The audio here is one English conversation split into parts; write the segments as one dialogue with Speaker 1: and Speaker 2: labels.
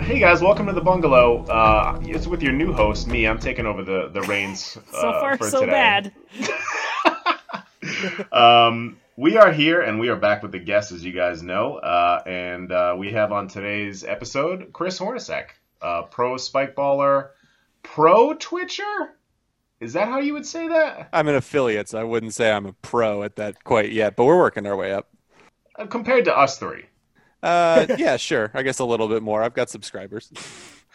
Speaker 1: Hey guys, welcome to the Bungalow. Uh, it's with your new host, me. I'm taking over the, the reins. uh, so
Speaker 2: so far so bad
Speaker 1: Um, we are here and we are back with the guests, as you guys know. Uh, and uh, we have on today's episode Chris Hornacek, uh, pro spike baller, pro twitcher. Is that how you would say that?
Speaker 3: I'm an affiliate, so I wouldn't say I'm a pro at that quite yet, but we're working our way up.
Speaker 1: Uh, compared to us three.
Speaker 3: Uh, yeah, sure. I guess a little bit more. I've got subscribers.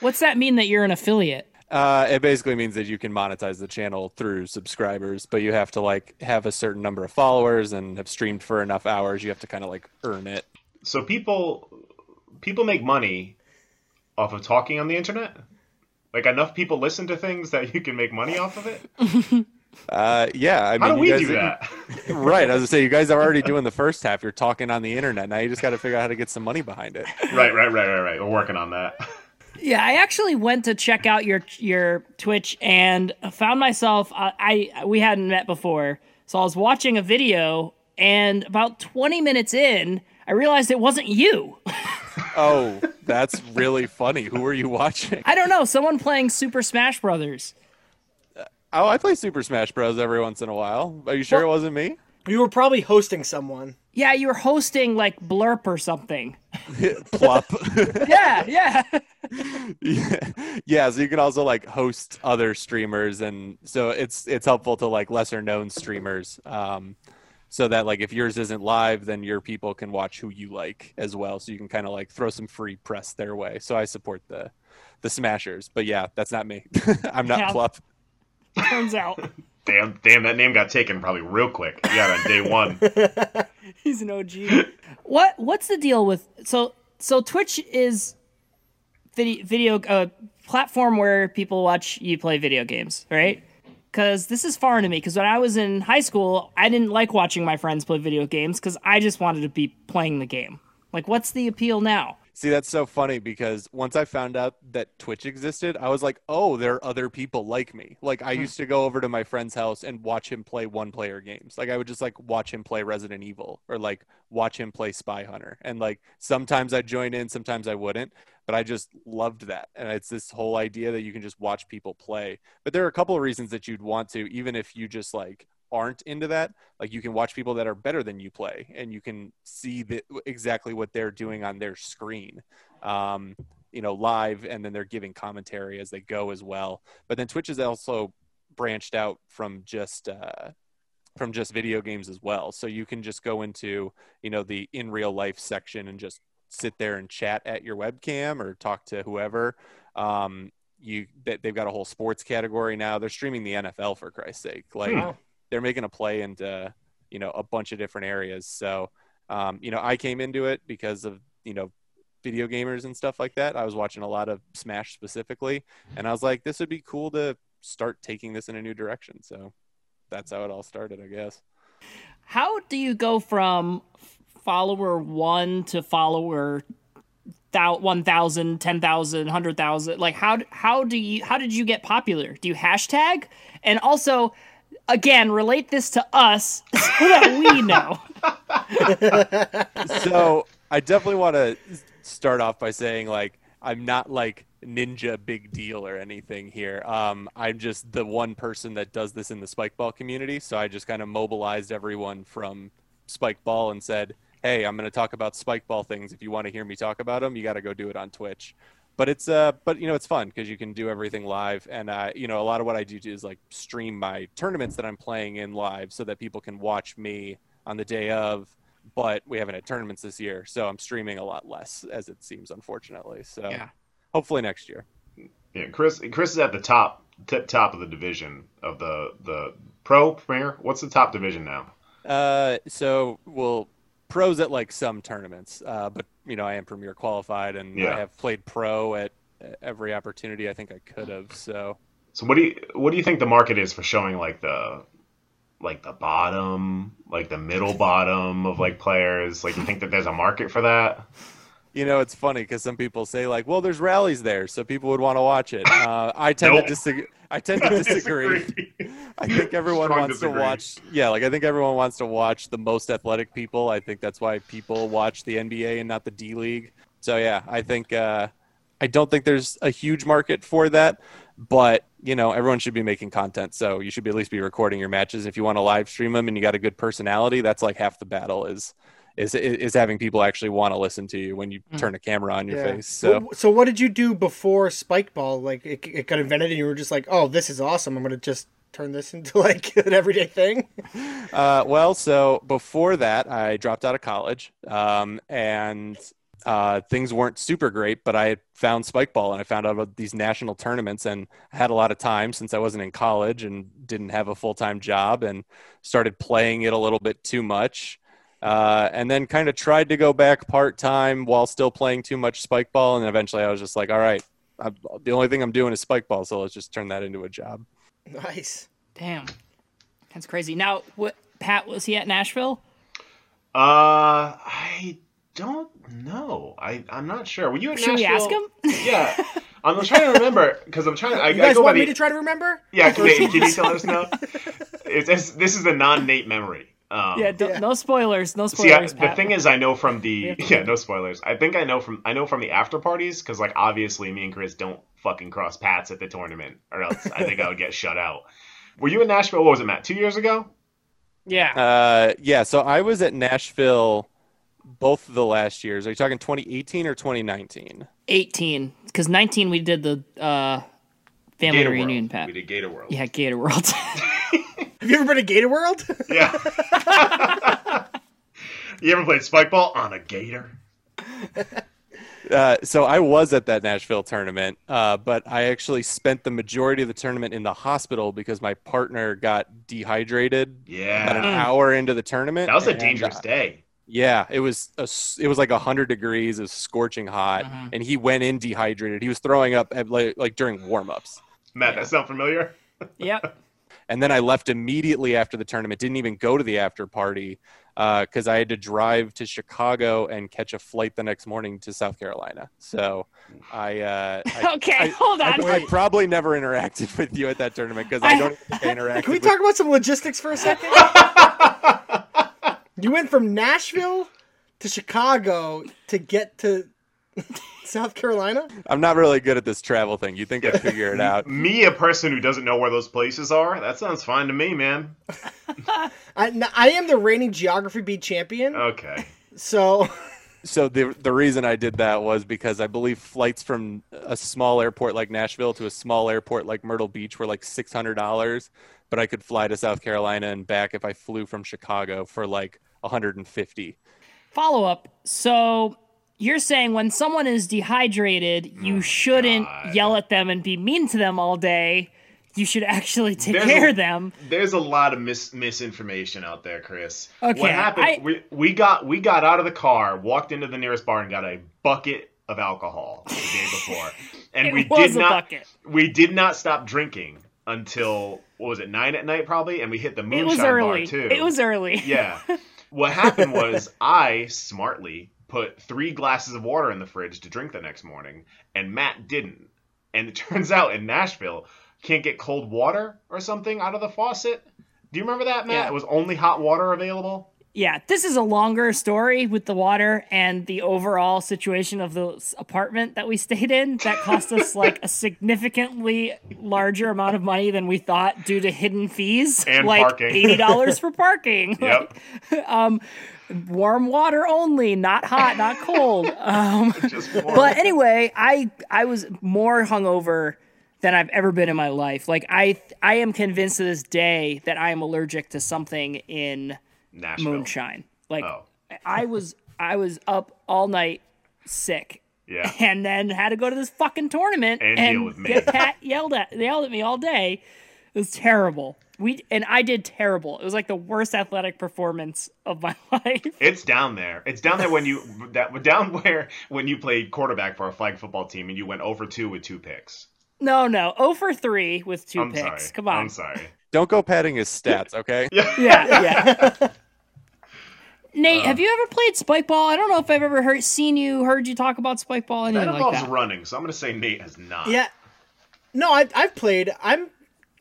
Speaker 2: what's that mean that you're an affiliate
Speaker 3: Uh, it basically means that you can monetize the channel through subscribers, but you have to like have a certain number of followers and have streamed for enough hours. You have to kind of like earn it.
Speaker 1: So people people make money off of talking on the internet. Like enough people listen to things that you can make money off of it.
Speaker 3: Uh, yeah, I mean,
Speaker 1: How do
Speaker 3: you
Speaker 1: we
Speaker 3: guys
Speaker 1: do that?
Speaker 3: right? As I say, you guys are already doing the first half. You're talking on the internet now. You just got to figure out how to get some money behind it.
Speaker 1: right, right, right, right, right. We're working on that.
Speaker 2: yeah i actually went to check out your your twitch and found myself uh, i, I we hadn't met before so i was watching a video and about 20 minutes in i realized it wasn't you
Speaker 3: Oh, that's really funny. Who are you watching?
Speaker 2: i don't know someone playing super smash brothers
Speaker 3: Oh, I play Super Smash Bros. every once in a while. Are you sure it wasn't me?
Speaker 4: You were probably hosting someone.
Speaker 2: yeah you were hosting like blurp or something
Speaker 3: Plop.
Speaker 2: yeah yeah
Speaker 3: yeah, so you can also like host other streamers, and so it's it's helpful to like lesser known streamers, um, so that like if yours isn't live, then your people can watch who you like as well. So you can kind of like throw some free press their way. So I support the the Smashers, but yeah, that's not me. I'm not
Speaker 2: Yeah.
Speaker 3: Plop.
Speaker 2: turns out
Speaker 1: Damn, damn, that name got taken probably real quick. Yeah, on day one.
Speaker 2: He's an OG. what what's the deal with so so Twitch is video video uh, platform where people watch you play video games, right? Cuz this is foreign to me cuz when I was in high school, I didn't like watching my friends play video games cuz I just wanted to be playing the game. Like what's the appeal now?
Speaker 3: See, that's so funny because once I found out that Twitch existed, I was like, oh, there are other people like me. Like, I used to go over to my friend's house and watch him play one player games. Like, I would just like watch him play Resident Evil or like watch him play Spy Hunter. And like, sometimes I'd join in, sometimes I wouldn't. But I just loved that. And it's this whole idea that you can just watch people play. But there are a couple of reasons that you'd want to, even if you just like aren't into that like you can watch people that are better than you play and you can see the, exactly what they're doing on their screen um, you know live and then they're giving commentary as they go as well but then twitch is also branched out from just uh, from just video games as well so you can just go into you know the in real life section and just sit there and chat at your webcam or talk to whoever um, you they- they've got a whole sports category now they're streaming the nfl for christ's sake like
Speaker 1: Hmm.
Speaker 3: they're making a play into you know a bunch of different areas so um, you know i came into it because of you know video gamers and stuff like that i was watching a lot of smash specifically and i was like this would be cool to start taking this in a new direction so that's how it all started i guess
Speaker 2: How do you go from follower 1 to follower thou- 1000 10000 100000 like how how do you how did you get popular do you hashtag and also again relate this to us so that we know
Speaker 3: so i definitely want to start off by saying like i'm not like ninja big deal or anything here um, i'm just the one person that does this in the spikeball community so i just kind of mobilized everyone from spikeball and said hey i'm going to talk about spikeball things if you want to hear me talk about them you got to go do it on twitch but it's uh but you know it's fun because you can do everything live and uh you know a lot of what i do is like stream my tournaments that i'm playing in live so that people can watch me on the day of but we haven't had tournaments this year, so I'm streaming a lot less, as it seems, unfortunately. So
Speaker 2: Yeah.
Speaker 3: hopefully next year.
Speaker 1: Yeah, Chris. Chris is at the top, tip top of the division of the the pro premier. What's the top division now?
Speaker 3: Uh, so we'll pros at like some tournaments, uh, but you know I am Premier qualified and
Speaker 1: Yeah.
Speaker 3: I have played pro at every opportunity I think I could have. So
Speaker 1: So what do you what do you think the market is for showing like the like the bottom, like the middle bottom of like players? Like you think that there's a market for that?
Speaker 3: you know it's funny because some people say like, well, there's rallies there, so people would want to watch it. Uh, I tend
Speaker 1: Nope.
Speaker 3: to disagree. I tend to disagree. I think everyone
Speaker 1: Strong
Speaker 3: wants
Speaker 1: disagree.
Speaker 3: to watch. Yeah, like I think everyone wants to watch the most athletic people. I think that's why people watch the NBA and not the D League. So yeah, I think uh, I don't think there's a huge market for that, but you know everyone should be making content. So you should be at least be recording your matches if you want to live stream them and you got a good personality. That's like half the battle is is is having people actually want to listen to you when you
Speaker 2: Mm.
Speaker 3: turn a camera on your
Speaker 4: Yeah.
Speaker 3: face. So.
Speaker 4: Wh- so what did you do before Spikeball? Like it, it got invented, and you were just like, "Oh, this is awesome! I'm gonna just turn this into like an everyday thing."
Speaker 3: Uh, well, so before that, I dropped out of college, um, and uh, things weren't super great. But I had found spikeball, and I found out about these national tournaments, and I had a lot of time since I wasn't in college and didn't have a full time job, and started playing it a little bit too much. Uh, and then kind of tried to go back part time while still playing too much spikeball, and eventually I was just like, "All right, I'm, the only thing I'm doing is spikeball, so let's just turn that into a job."
Speaker 4: Nice.
Speaker 2: Damn, that's crazy. Now, what Pat was he at Nashville?
Speaker 1: Uh, I don't know. I I'm not sure. Were you at
Speaker 2: Should we ask
Speaker 1: Nashville?
Speaker 2: him?
Speaker 1: Yeah, I'm trying to remember because I'm trying. I,
Speaker 4: You
Speaker 1: I
Speaker 4: guys
Speaker 1: go by
Speaker 4: want me to
Speaker 1: the
Speaker 4: try to remember?
Speaker 1: yeah. Can, Nate, can you tell us now? It's, it's this is the non Nate memory. Um,
Speaker 2: yeah, don't,
Speaker 4: yeah.
Speaker 2: no spoilers. No
Speaker 1: See, I,
Speaker 2: spoilers.
Speaker 1: the
Speaker 2: Pat.
Speaker 1: thing is, I know from the
Speaker 2: have to-
Speaker 1: yeah, no spoilers. I think I know from I know from the after parties because like obviously me and Chris don't fucking cross paths at the tournament, or else I think I would get shut out. Were you in Nashville? What was it, Matt? Two years ago?
Speaker 2: yeah,
Speaker 3: Uh, yeah, so I was at Nashville both of the last years. Are you talking 2018 or 2019?
Speaker 2: eighteen because nineteen we did the uh, family
Speaker 1: Gator
Speaker 2: reunion.
Speaker 1: World.
Speaker 2: Pat,
Speaker 1: We did Gator World.
Speaker 2: yeah, Gator World.
Speaker 4: Have you ever been to Gator World?
Speaker 1: Yeah. you ever played spike ball on a gator?
Speaker 3: Uh, so I was at that Nashville tournament, uh, but I actually spent the majority of the tournament in the hospital because my partner got dehydrated about an
Speaker 1: Yeah.
Speaker 3: hour into the tournament.
Speaker 1: Mm. That was a
Speaker 3: and,
Speaker 1: dangerous
Speaker 3: uh,
Speaker 1: day.
Speaker 3: Yeah, it was a s it was like 100 degrees, it was scorching hot,
Speaker 1: Mm-hmm.
Speaker 2: Mhm.
Speaker 3: and he went in dehydrated. He was throwing up at, like, like during warm-ups.
Speaker 1: Matt, that sound familiar?
Speaker 2: yep.
Speaker 3: and then I left immediately after the tournament. Didn't even go to the after party because I had to drive to Chicago and catch a flight the next morning to South Carolina. So I, uh, I,
Speaker 2: Okay,
Speaker 3: I-
Speaker 2: hold
Speaker 3: I,
Speaker 2: on.
Speaker 3: I probably never interacted with you at that tournament because I,
Speaker 2: I-
Speaker 3: don't think I interacted.
Speaker 4: Can we
Speaker 3: with-
Speaker 4: talk about some logistics for a second? you went from Nashville to Chicago to get to South Carolina.
Speaker 3: I'm not really good at this travel thing. You think I figure it out?
Speaker 1: Me, a person who doesn't know where those places are? That sounds fine to me, man.
Speaker 4: I, n- I am the reigning geography beat champion,
Speaker 1: Okay.
Speaker 4: so
Speaker 3: So the the reason I did that was because I believe flights from a small airport like Nashville to a small airport like Myrtle Beach were like six hundred dollars, but I could fly to South Carolina and back if I flew from Chicago for like one hundred and fifty.
Speaker 2: Follow up. So you're saying when someone is dehydrated, you shouldn't
Speaker 1: Oh, God.
Speaker 2: yell at them and be mean to them all day. You should actually take
Speaker 1: There's
Speaker 2: care
Speaker 1: a-
Speaker 2: of them.
Speaker 1: There's a lot of mis- misinformation out there, Chris.
Speaker 2: Okay,
Speaker 1: What happened?
Speaker 2: I-
Speaker 1: We, we got we got out of the car, walked into the nearest bar, and got a bucket of alcohol the day before, and
Speaker 2: It
Speaker 1: we
Speaker 2: was
Speaker 1: did
Speaker 2: a
Speaker 1: not
Speaker 2: bucket.
Speaker 1: we did not stop drinking until what was it nine at night probably, and we hit the
Speaker 2: It
Speaker 1: moonshine
Speaker 2: was early.
Speaker 1: bar too.
Speaker 2: It was early.
Speaker 1: yeah. What happened was I smartly put three glasses of water in the fridge to drink the next morning, and Matt didn't. And it turns out in Nashville, can't get cold water or something out of the faucet. Do you remember that, Matt?
Speaker 2: Yeah.
Speaker 1: It was only hot water available.
Speaker 2: Yeah, this is a longer story with the water and the overall situation of the s- apartment that we stayed in that cost us like a significantly larger amount of money than we thought due to hidden fees
Speaker 1: And
Speaker 2: like
Speaker 1: parking.
Speaker 2: $80 for parking.
Speaker 1: Yep.
Speaker 2: Like, um warm water only, not hot, not cold. Um
Speaker 1: Just warm.
Speaker 2: but anyway, I I was more hungover than I've ever been in my life. Like I I am convinced to this day that I am allergic to something in
Speaker 1: Nashville.
Speaker 2: moonshine. Like
Speaker 1: Oh,
Speaker 2: I was I was up all night sick
Speaker 1: yeah.
Speaker 2: and then had to go to this fucking tournament
Speaker 1: And
Speaker 2: and,
Speaker 1: deal with me.
Speaker 2: get Pat yelled at yelled at me all day. It was terrible. We and I did terrible. It was like the worst athletic performance of my life.
Speaker 1: It's down there. It's down there when you that down where when you played quarterback for a flag football team and you went over two with two picks.
Speaker 2: No, no, oh for three with 2
Speaker 1: I'm
Speaker 2: picks.
Speaker 1: sorry.
Speaker 2: Come on,
Speaker 1: I'm sorry.
Speaker 3: Don't go padding his stats, okay?
Speaker 2: yeah, yeah.
Speaker 1: Uh,
Speaker 2: Nate, have you ever played spike ball? I don't know if I've ever heard, seen you, heard you talk about spike ball, anything
Speaker 1: That
Speaker 2: like
Speaker 1: involves
Speaker 2: that.
Speaker 1: running, so I'm gonna say Nate has not.
Speaker 4: Yeah. No, I, I've played. I'm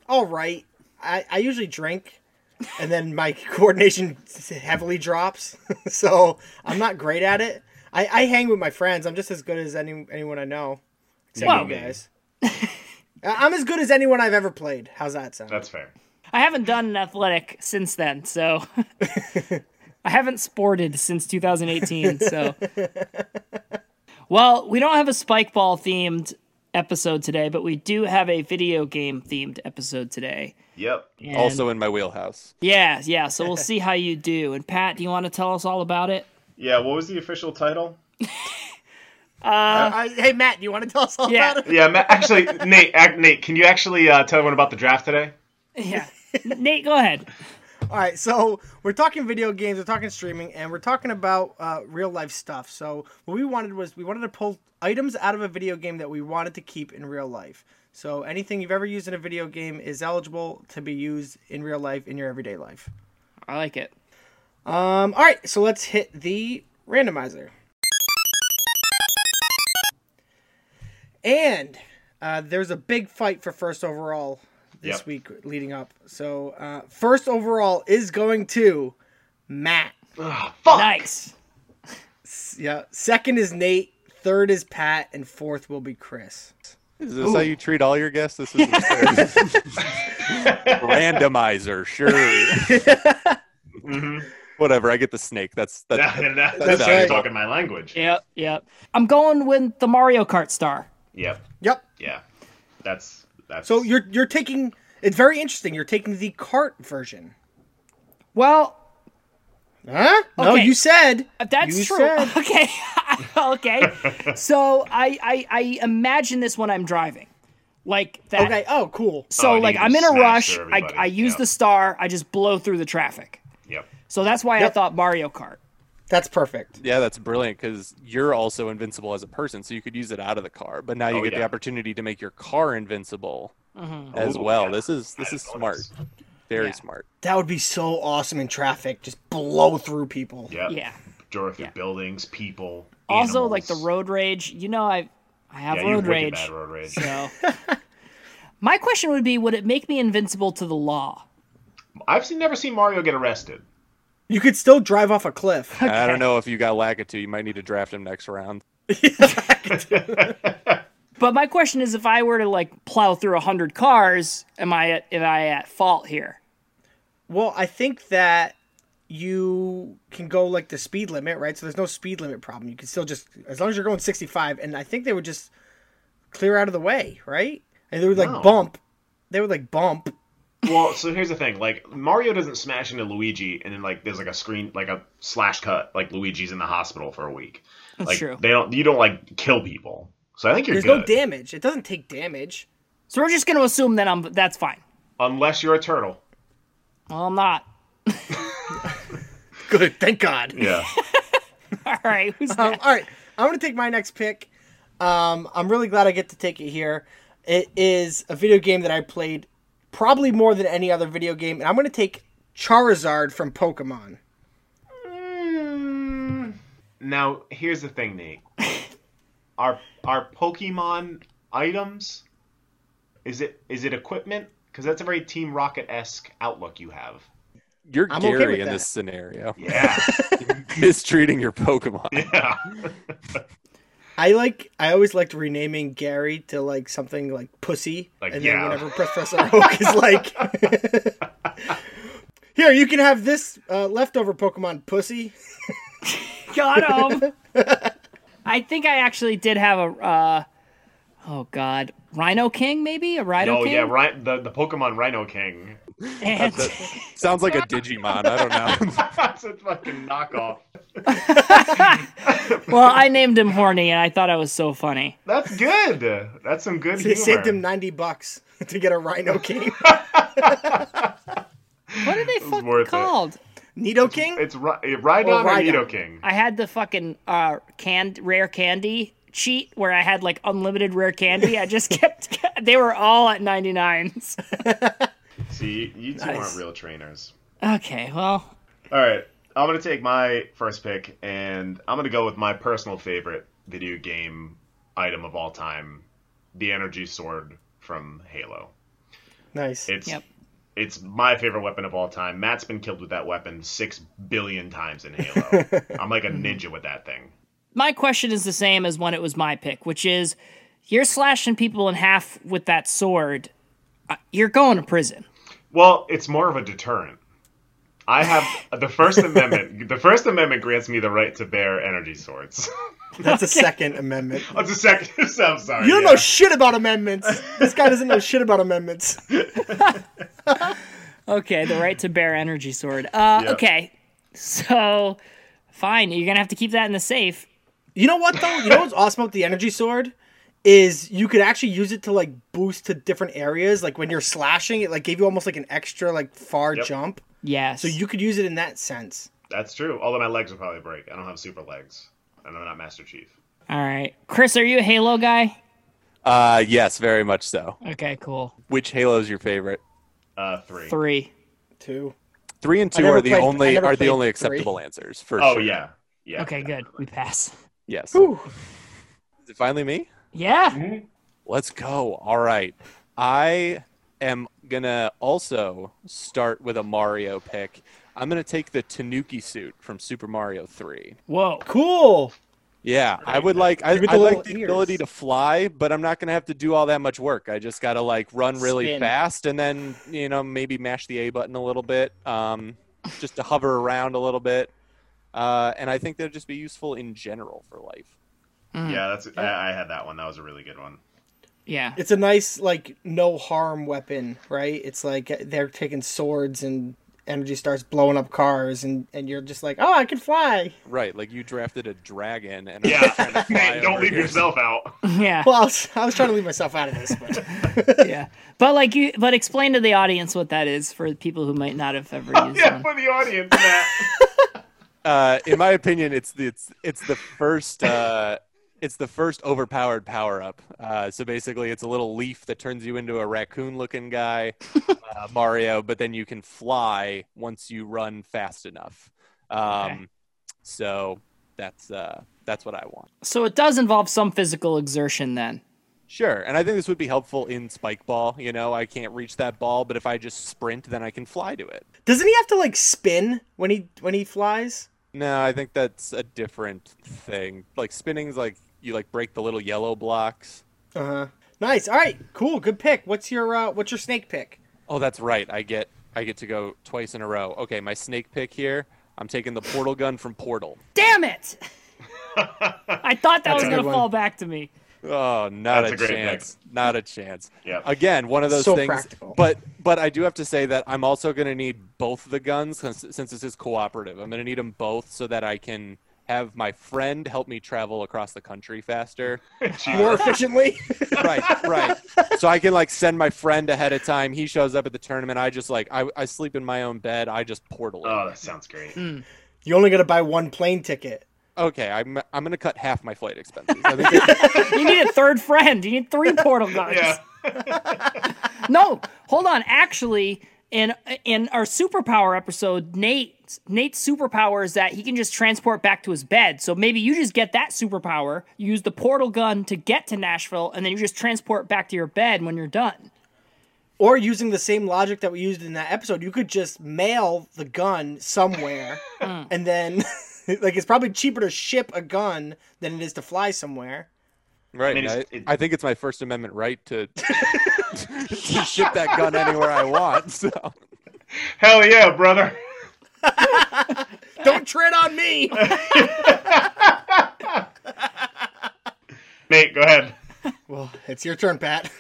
Speaker 4: all right. I, I usually drink, and then my coordination heavily drops. so I'm not great at it. I, I hang with my friends. I'm just as good as any, anyone I know. Except
Speaker 2: Wow.
Speaker 4: you guys. I- I'm as good as anyone I've ever played. How's that sound?
Speaker 1: That's fair.
Speaker 2: I haven't done an athletic since then, so I haven't sported since 2018. So, well, we don't have a spike ball themed episode today, but we do have a video game themed episode today.
Speaker 1: Yep.
Speaker 2: And-
Speaker 3: Also in my wheelhouse.
Speaker 2: yeah, yeah. So we'll see how you do. And Pat, do you want to tell us all about it?
Speaker 1: Yeah. What was the official title?
Speaker 4: Uh, hey, Matt, do you want to tell us all
Speaker 2: Yeah.
Speaker 4: about it?
Speaker 1: Yeah. Ma- actually, Nate. Ac- Nate, can you actually uh, tell everyone about the draft today?
Speaker 2: Yeah, Nate, go ahead.
Speaker 4: All right, so we're talking video games, we're talking streaming, and we're talking about uh, real life stuff. So what we wanted was we wanted to pull items out of a video game that we wanted to keep in real life. So anything you've ever used in a video game is eligible to be used in real life in your everyday life.
Speaker 2: I like it.
Speaker 4: Um, all right, so let's hit the randomizer. And uh, there's a big fight for first overall this
Speaker 1: Yep.
Speaker 4: week leading up. So uh, first overall is going to Matt.
Speaker 1: Ugh, fuck.
Speaker 2: Nice.
Speaker 4: Yeah. Second is Nate. Third is Pat, and fourth will be Chris.
Speaker 3: Is this how you treat all your guests? This is randomizer, sure.
Speaker 1: Mhm.
Speaker 3: Whatever, I get the snake. That's that's
Speaker 1: Now- now- That's,
Speaker 3: That's
Speaker 1: how you're
Speaker 3: right.
Speaker 1: talking my language.
Speaker 2: Yep, yep. I'm going with the Mario Kart star.
Speaker 1: Yep.
Speaker 4: Yep.
Speaker 1: Yeah. That's that's.
Speaker 4: So you're you're taking it's very interesting. You're taking the cart version.
Speaker 2: Well,
Speaker 4: Huh? No,
Speaker 2: Okay. Uh,
Speaker 4: you said
Speaker 2: That's
Speaker 4: you
Speaker 2: true.
Speaker 4: said.
Speaker 2: Okay. okay. So I, I I imagine this when I'm driving. Like that.
Speaker 4: Okay. Oh, cool.
Speaker 2: So
Speaker 1: Oh, and
Speaker 2: like
Speaker 1: you
Speaker 2: I'm in
Speaker 1: just
Speaker 2: a
Speaker 1: smash
Speaker 2: rush.
Speaker 1: through
Speaker 2: I,
Speaker 1: everybody.
Speaker 2: I use
Speaker 1: Yeah.
Speaker 2: the star. I just blow through the traffic.
Speaker 1: Yep.
Speaker 2: So that's why I
Speaker 4: Yep.
Speaker 2: thought Mario Kart.
Speaker 4: That's perfect.
Speaker 3: yeah, that's brilliant because you're also invincible as a person, so you could use it out of the car. But now you
Speaker 1: Oh,
Speaker 3: get the
Speaker 1: yeah.
Speaker 3: opportunity to make your car invincible as
Speaker 4: Mm-hmm.
Speaker 1: Ooh,
Speaker 3: well.
Speaker 1: yeah.
Speaker 3: This is this
Speaker 1: Added
Speaker 3: is smart,
Speaker 1: bonus.
Speaker 3: very
Speaker 2: Yeah.
Speaker 3: smart.
Speaker 4: That would be so awesome in traffic. Just blow through people.
Speaker 1: Yep.
Speaker 2: Yeah.
Speaker 1: Door through
Speaker 2: Yeah.
Speaker 1: buildings, people.
Speaker 2: Also like the
Speaker 1: animals.
Speaker 2: road rage. You know I I have
Speaker 1: Yeah, you
Speaker 2: road
Speaker 1: wicked
Speaker 2: rage.
Speaker 1: bad road rage.
Speaker 2: So my question would be, would it make me invincible to the law?
Speaker 1: I've seen, never seen Mario get arrested.
Speaker 4: You could still drive off a cliff.
Speaker 3: I don't know if you got Lakitu. You might need to draft him next round.
Speaker 2: But my question is, if I were to like plow through hundred cars, am I at, am I at fault here?
Speaker 4: well, I think that you can go like the speed limit, right? So there's no speed limit problem. You can still just as long as you're going 65 and I think they would just clear out of the way, right? And they would like
Speaker 1: No.
Speaker 4: bump. They would like bump.
Speaker 1: Well, so here's the thing: like Mario doesn't smash into Luigi, and then like there's like a screen, like a slash cut, like Luigi's in the hospital for a week. That's like,
Speaker 2: true.
Speaker 1: They don't, you don't like kill people. So I think you're
Speaker 4: There's
Speaker 1: good,
Speaker 4: no damage. It doesn't take damage.
Speaker 2: So we're just going to assume that I'm that's fine.
Speaker 1: unless you're a turtle.
Speaker 2: Well, I'm not.
Speaker 4: Good. Thank God.
Speaker 1: Yeah.
Speaker 2: All right, who's
Speaker 4: Um,
Speaker 2: that?
Speaker 4: all right, I'm gonna take my next pick. Um, I'm really glad I get to take it here. It is a video game that I played probably more than any other video game, and I'm gonna take Charizard from Pokemon.
Speaker 1: now here's the thing, Nate. Are are Pokemon items? Is it is it equipment? Because that's a very Team Rocket esque outlook you have.
Speaker 3: You're
Speaker 4: I'm okay
Speaker 3: Gary
Speaker 4: with
Speaker 3: in
Speaker 4: that.
Speaker 3: this scenario,
Speaker 1: Yeah.
Speaker 3: mistreating your Pokemon.
Speaker 1: yeah.
Speaker 4: I like. I always liked renaming Gary to like something like pussy,
Speaker 1: Like,
Speaker 4: and
Speaker 1: yeah.
Speaker 4: then whenever Professor Oak is like, "Here, you can have this uh, leftover Pokemon pussy."
Speaker 2: Got him. I think I actually did have a. Uh, oh God, Rhino King maybe a Rhino
Speaker 1: Oh
Speaker 2: King.
Speaker 1: yeah, right. The the Pokemon Rhino King.
Speaker 2: And-
Speaker 3: Sounds like a Digimon. I don't know.
Speaker 1: that's a fucking knockoff.
Speaker 2: well, I named him Horny, and I thought I was so funny.
Speaker 1: That's good. That's some good
Speaker 4: They
Speaker 1: humor.
Speaker 4: saved him ninety bucks to get a Rhino King.
Speaker 2: What are they
Speaker 1: was
Speaker 2: fucking
Speaker 1: worth it.
Speaker 2: called?
Speaker 4: Nido King?
Speaker 1: It's Ry- Rhydon
Speaker 4: Well,
Speaker 1: or
Speaker 4: Rhydon.
Speaker 1: Nido King.
Speaker 2: I had the fucking uh canned rare candy cheat where I had like unlimited rare candy. I just kept they were all at 99s.
Speaker 1: See, you two
Speaker 4: Nice.
Speaker 1: aren't real trainers.
Speaker 2: Okay, well,
Speaker 1: All right, I'm gonna take my first pick, and I'm gonna go with my personal favorite video game item of all time, the Energy Sword from Halo.
Speaker 4: Nice.
Speaker 1: It's
Speaker 2: Yep.
Speaker 1: it's my favorite weapon of all time. Matt's been killed with that weapon six billion times in Halo. I'm like a ninja with that thing.
Speaker 2: my question is the same as when it was my pick, which is you're slashing people in half with that sword. Uh, you're going to prison.
Speaker 1: Well, it's more of a deterrent. I have the First Amendment. The First Amendment grants me the right to bear energy swords.
Speaker 4: That's a second amendment.
Speaker 1: That's a second. I'm sorry.
Speaker 4: You don't
Speaker 1: yeah.
Speaker 4: know shit about amendments. This guy doesn't know shit about amendments.
Speaker 2: Okay, the right to bear energy sword. Uh
Speaker 1: Yeah.
Speaker 2: okay. So fine, you're going to have to keep that in the safe.
Speaker 4: You know what though? You know what's awesome about the energy sword is you could actually use it to like boost to different areas. Like when you're slashing, it like gave you almost like an extra like far
Speaker 1: Yep.
Speaker 4: jump.
Speaker 2: Yes.
Speaker 4: So you could use it in that sense.
Speaker 1: That's true. Although my legs would probably break. I don't have super legs, and I'm not Master Chief.
Speaker 2: All right. Chris, are you a Halo guy?
Speaker 3: Uh, yes, very much so.
Speaker 2: Okay, cool.
Speaker 3: Which Halo is your favorite?
Speaker 1: Uh, three.
Speaker 2: 3.
Speaker 4: Too.
Speaker 3: Three and two
Speaker 4: never
Speaker 3: are the
Speaker 4: played- I
Speaker 3: only
Speaker 4: never
Speaker 3: are
Speaker 4: played
Speaker 3: the only
Speaker 4: three.
Speaker 3: acceptable answers for
Speaker 1: Oh
Speaker 3: sure.
Speaker 1: yeah. Yeah.
Speaker 2: Okay, good. We pass.
Speaker 3: Yes.
Speaker 4: Whew.
Speaker 3: Is it finally me?
Speaker 2: Yeah.
Speaker 3: Let's go. All right. I am going to also start with a Mario pick. I'm going to take the Tanuki suit from Super Mario 3.
Speaker 2: Whoa.
Speaker 4: Cool.
Speaker 3: Yeah, I would like I,
Speaker 4: With the
Speaker 3: I like
Speaker 4: little
Speaker 3: the ability
Speaker 4: ears.
Speaker 3: to fly, but I'm not going to have to do all that much work. I just got to like run really
Speaker 4: Spin.
Speaker 3: fast and then, you know, maybe mash the A button a little bit um just to hover around a little bit. Uh, and I think that'd just be useful in general for life.
Speaker 1: Yeah, that's. I, I had that one. That was a really good one.
Speaker 2: Yeah.
Speaker 4: It's a nice like no harm weapon, right? It's like they're taking swords and energy starts blowing up cars and and you're just like, "Oh, I can fly."
Speaker 3: Right, like you drafted a dragon and I'm just trying
Speaker 1: Yeah,
Speaker 3: to fly
Speaker 1: man, don't
Speaker 3: over
Speaker 1: leave
Speaker 3: here.
Speaker 1: yourself out.
Speaker 2: Yeah.
Speaker 4: Well, I was, I was trying to leave myself out of this, but
Speaker 2: yeah. But like you but explain to the audience what that is for people who might not have ever used
Speaker 1: Oh, yeah,
Speaker 2: yeah.
Speaker 1: for the audience, Matt.
Speaker 3: uh, in my opinion, it's the it's it's the first uh, it's the first overpowered power up. Uh, so basically, it's a little leaf that turns you into a raccoon looking guy, uh, Mario. But then you can fly once you run fast enough. Um,
Speaker 2: Okay.
Speaker 3: So that's uh, that's what I want.
Speaker 2: So it does involve some physical exertion then.
Speaker 3: Sure, and I think this would be helpful in spike ball. You know, I can't reach that ball, but if I just sprint, then I can fly to it.
Speaker 4: doesn't he have to like spin when he when he flies?
Speaker 3: No, I think that's a different thing. Like spinning's like you like break the little yellow blocks.
Speaker 4: Uh-huh. Nice. All right. Cool. Good pick. What's your uh what's your snake pick?
Speaker 3: Oh, that's right. I get I get to go twice in a row. Okay, my snake pick here. I'm taking the portal gun from Portal.
Speaker 2: Damn it. I thought that
Speaker 4: That's
Speaker 2: was
Speaker 4: a
Speaker 2: going
Speaker 4: good
Speaker 2: to
Speaker 4: one.
Speaker 2: fall back to me.
Speaker 3: Oh, not
Speaker 1: That's
Speaker 3: a,
Speaker 1: a great pick.
Speaker 3: chance. Not a chance.
Speaker 1: Yep.
Speaker 3: Again, one of those
Speaker 4: So
Speaker 3: things.
Speaker 4: practical.
Speaker 3: But but I do have to say that I'm also going to need both the guns since, since this is cooperative. I'm going to need them both so that I can have my friend help me travel across the country faster.
Speaker 4: More efficiently.
Speaker 3: right, right. So I can like send my friend ahead of time. He shows up at the tournament. I just like I, I sleep in my own bed. I just portal. It.
Speaker 1: oh, that sounds great.
Speaker 4: you only got to buy one plane ticket.
Speaker 3: okay, I'm I'm gonna cut half my flight expenses. I think that's-
Speaker 2: You need a third friend. You need three portal guns.
Speaker 1: Yeah.
Speaker 2: No, hold on. Actually, in in our superpower episode, Nate Nate's superpower is that he can just transport back to his bed. So maybe you just get that superpower, you use the portal gun to get to Nashville, and then you just transport back to your bed when you're done.
Speaker 4: Or using the same logic that we used in that episode, you could just mail the gun somewhere and then like it's probably cheaper to ship a gun than it is to fly somewhere.
Speaker 3: right. I,
Speaker 1: mean,
Speaker 3: I,
Speaker 1: it's- it-
Speaker 3: think it's my First Amendment right to, to ship that gun anywhere I want. So
Speaker 1: Hell yeah, brother.
Speaker 4: Don't tread on me.
Speaker 1: Nate, go ahead.
Speaker 4: well, it's your turn, Pat.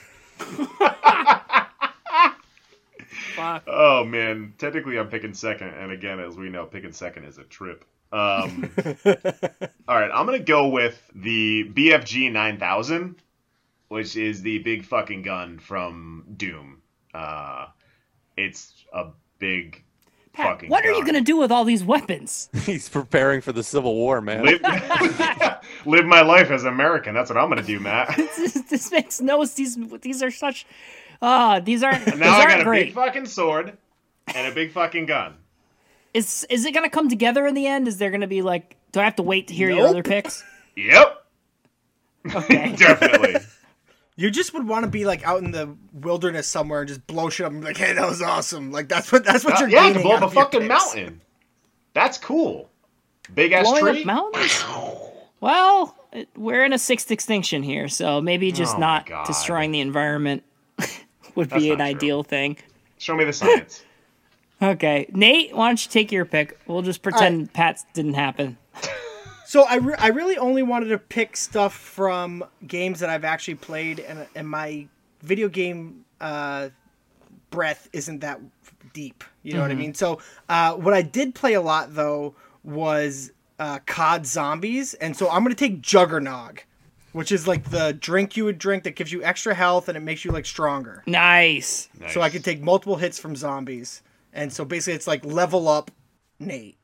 Speaker 1: Oh man, technically I'm picking second, and again, as we know, picking second is a trip. Um, all right, I'm gonna go with the BFG 9000, which is the big fucking gun from Doom. Uh, it's a big
Speaker 2: Pat,
Speaker 1: fucking
Speaker 2: what are you
Speaker 1: God.
Speaker 2: gonna do with all these weapons?
Speaker 3: He's preparing for the Civil War, man.
Speaker 1: live, live my life as American. That's what I'm gonna do, Matt.
Speaker 2: this, is- this makes no. These these are such. Ah, these aren't.
Speaker 1: And
Speaker 2: these
Speaker 1: now I got
Speaker 2: aren't
Speaker 1: a
Speaker 2: great.
Speaker 1: big fucking sword and a big fucking gun.
Speaker 2: is is it gonna come together in the end? Is there gonna be like? Do I have to wait to hear your
Speaker 4: Nope.
Speaker 2: other picks?
Speaker 1: Yep,
Speaker 2: Okay.
Speaker 1: definitely.
Speaker 4: You just would want to be like out in the wilderness somewhere and just blow shit up and be like, hey, that was awesome. Like that's what that's what
Speaker 1: Uh,
Speaker 4: you're
Speaker 1: yeah, I
Speaker 4: gaining
Speaker 1: can blow
Speaker 4: out
Speaker 1: up a
Speaker 4: of your
Speaker 1: fucking
Speaker 4: picks.
Speaker 1: mountain. That's cool. Big ass
Speaker 2: Blowing
Speaker 1: tree.
Speaker 2: up mountains. Well, it- we're in a sixth extinction here, so maybe just
Speaker 1: Oh my
Speaker 2: not
Speaker 1: God.
Speaker 2: destroying the environment would
Speaker 1: That's
Speaker 2: be
Speaker 1: not
Speaker 2: an
Speaker 1: true.
Speaker 2: ideal thing.
Speaker 1: Show me the science.
Speaker 2: Okay, Nate, why don't you take your pick? We'll just pretend Pat's didn't happen.
Speaker 4: So I, re- I really only wanted to pick stuff from games that I've actually played, and, and my video game uh, breath isn't that deep. You know what I mean? So uh, what I did play a lot though was uh, COD Zombies, and so I'm gonna take Juggernog, which is like the drink you would drink that gives you extra health and it makes you like stronger.
Speaker 2: Nice.
Speaker 1: Nice.
Speaker 4: So I could take multiple hits from zombies, and so basically it's like level up, Nate.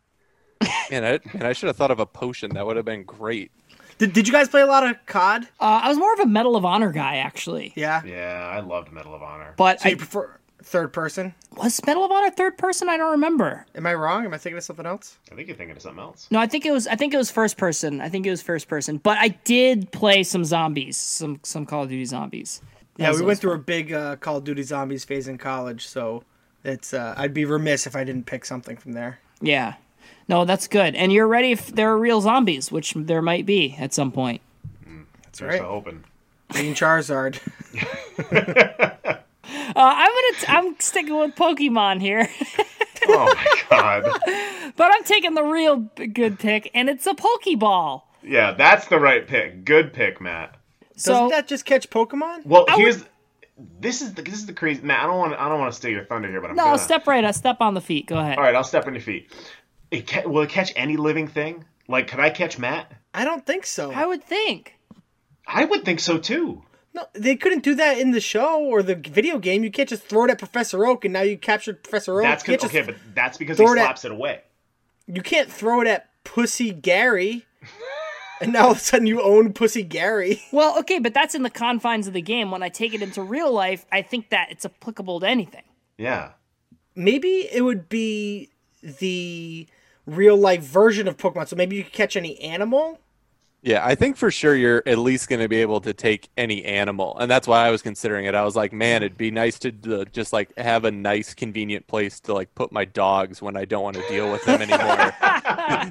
Speaker 3: And I, and I should have thought of a potion. That would have been great.
Speaker 4: Did, did you guys play a lot of COD?
Speaker 2: Uh, I was more of a Medal of Honor guy, actually.
Speaker 4: Yeah.
Speaker 1: Yeah, I loved Medal of Honor.
Speaker 2: But
Speaker 4: So
Speaker 2: I,
Speaker 4: you prefer third person?
Speaker 2: was Medal of Honor third person? I don't remember.
Speaker 4: Am I wrong? Am I thinking of something else?
Speaker 1: I think you're thinking of something else.
Speaker 2: No, I think it was. I think it was first person. I think it was first person. But I did play some zombies, some some Call of Duty zombies.
Speaker 4: Yeah, we went
Speaker 2: through.
Speaker 4: through a big uh, Call of Duty Zombies phase in college, so it's uh, I'd be remiss if I didn't pick something from there.
Speaker 2: Yeah. No, that's good. And you're ready if there are real zombies, which there might be at some point.
Speaker 4: That's
Speaker 1: There's
Speaker 4: right.
Speaker 1: the open.
Speaker 4: Green Charizard.
Speaker 2: Uh, I'm gonna. T- I'm sticking with Pokemon here,
Speaker 1: Oh my god.
Speaker 2: but I'm taking the real b- good pick, and it's a Pokeball.
Speaker 1: Yeah, that's the right pick. Good pick, Matt.
Speaker 2: So
Speaker 4: Doesn't that just catch Pokemon?
Speaker 1: Well,
Speaker 2: I would-
Speaker 1: here's this is the this is the crazy. Matt, I don't want I don't want to steal your thunder here, but I'm
Speaker 2: no,
Speaker 1: gonna.
Speaker 2: step right. up. step on the feet. Go ahead.
Speaker 1: All right, I'll step on your feet. It ca- will it catch any living thing? Like, could I catch Matt?
Speaker 4: I don't think so.
Speaker 2: I would think.
Speaker 1: I would think so too.
Speaker 4: No, they couldn't do that in the show or the video game. You can't just throw it at Professor Oak and now you captured Professor Oak.
Speaker 1: That's
Speaker 4: you
Speaker 1: good.
Speaker 4: can't just-
Speaker 1: okay, but that's because he
Speaker 4: throw it at-
Speaker 1: slaps it away.
Speaker 4: you can't throw it at Pussy Gary. And now all of a sudden you own Pussy Gary.
Speaker 2: Well, okay, but that's in the confines of the game. When I take it into real life, I think that it's applicable to anything.
Speaker 1: Yeah.
Speaker 4: maybe it would be the real life version of Pokemon. So maybe you could catch any animal.
Speaker 3: Yeah, I think for sure you're at least going to be able to take any animal. And that's why I was considering it. I was like, man, it'd be nice to uh, just like have a nice convenient place to like put my dogs when I don't want to deal with them anymore.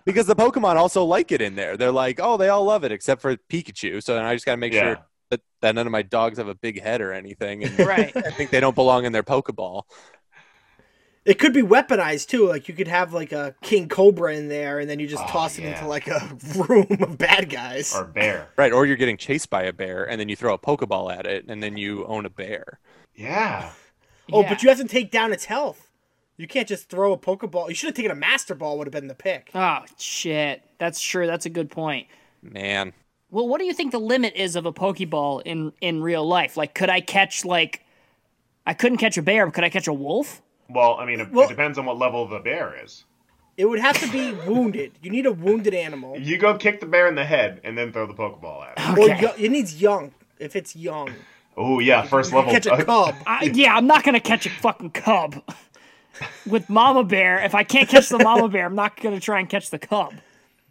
Speaker 3: because the Pokemon also like it in there. They're like, "Oh, they all love it except for Pikachu." So then I just got to make
Speaker 1: Yeah.
Speaker 3: sure that, that none of my dogs have a big head or anything and
Speaker 2: Right.
Speaker 3: I think they don't belong in their Pokeball.
Speaker 4: It could be weaponized too. Like you could have like a King Cobra in there, and then you just
Speaker 1: Oh,
Speaker 4: toss it
Speaker 1: yeah.
Speaker 4: into like a room of bad guys.
Speaker 1: Or bear.
Speaker 3: Right, or you're getting chased by a bear and then you throw a Pokeball at it and then you own a bear.
Speaker 1: Yeah.
Speaker 4: oh,
Speaker 2: Yeah.
Speaker 4: but you have to take down its health. You can't just throw a Pokeball. You should have taken a Master Ball. Would have been the pick.
Speaker 2: Oh shit. That's true. That's a good point.
Speaker 3: Man.
Speaker 2: Well, what do you think the limit is of a Pokeball in in real life? Like, could I catch like, I couldn't catch a bear, but could I catch a wolf?
Speaker 1: Well, I mean, it,
Speaker 4: Well-
Speaker 1: it depends on what level the bear is.
Speaker 4: It would have to be wounded. You need a wounded animal.
Speaker 1: You go kick the bear in the head and then throw the Pokeball at it.
Speaker 4: Or
Speaker 2: Okay.
Speaker 4: yo- it needs young. If it's young,
Speaker 1: Oh yeah, first level.
Speaker 4: catch a cub.
Speaker 2: I, yeah, I'm not gonna catch a fucking cub with Mama Bear. If I can't catch the Mama Bear, I'm not gonna try and catch the cub.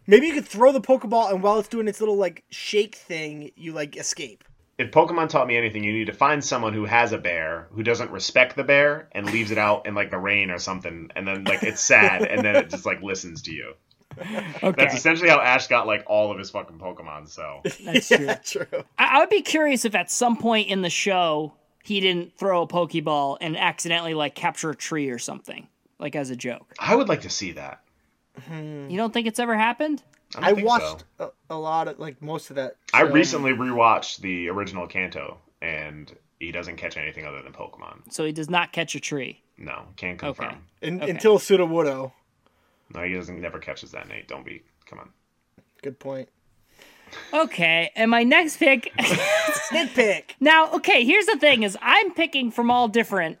Speaker 4: Maybe you could throw the Pokeball, and while it's doing its little like shake thing, you like escape.
Speaker 1: if Pokemon taught me anything, you need to find someone who has a bear who doesn't respect the bear and leaves it out in like the rain or something, and then like it's sad, and then it just like listens to you. That's
Speaker 2: Okay,
Speaker 1: essentially how Ash got like all of his fucking Pokemon. So
Speaker 2: that's true.
Speaker 4: yeah, true.
Speaker 2: I, I would be curious if at some point in the show he didn't throw a Pokeball and accidentally like capture a tree or something, like as a joke.
Speaker 1: I would like to see that.
Speaker 2: You don't think it's ever happened?
Speaker 1: I, don't
Speaker 4: I
Speaker 1: think
Speaker 4: watched um,
Speaker 1: So.
Speaker 4: a, a lot of like most of that.
Speaker 1: I
Speaker 4: show.
Speaker 1: recently rewatched the original Kanto, and he doesn't catch anything other than Pokemon.
Speaker 2: So he does not catch a tree.
Speaker 1: No, can't confirm.
Speaker 2: Okay.
Speaker 4: In,
Speaker 2: okay.
Speaker 4: until Sudowoodo.
Speaker 1: No, he doesn't. Never catches that, Nate. Don't be. Come on.
Speaker 4: Good point.
Speaker 2: Okay, and my next pick.
Speaker 4: Snitpick.
Speaker 2: Now, okay, here's the thing is I'm picking from all different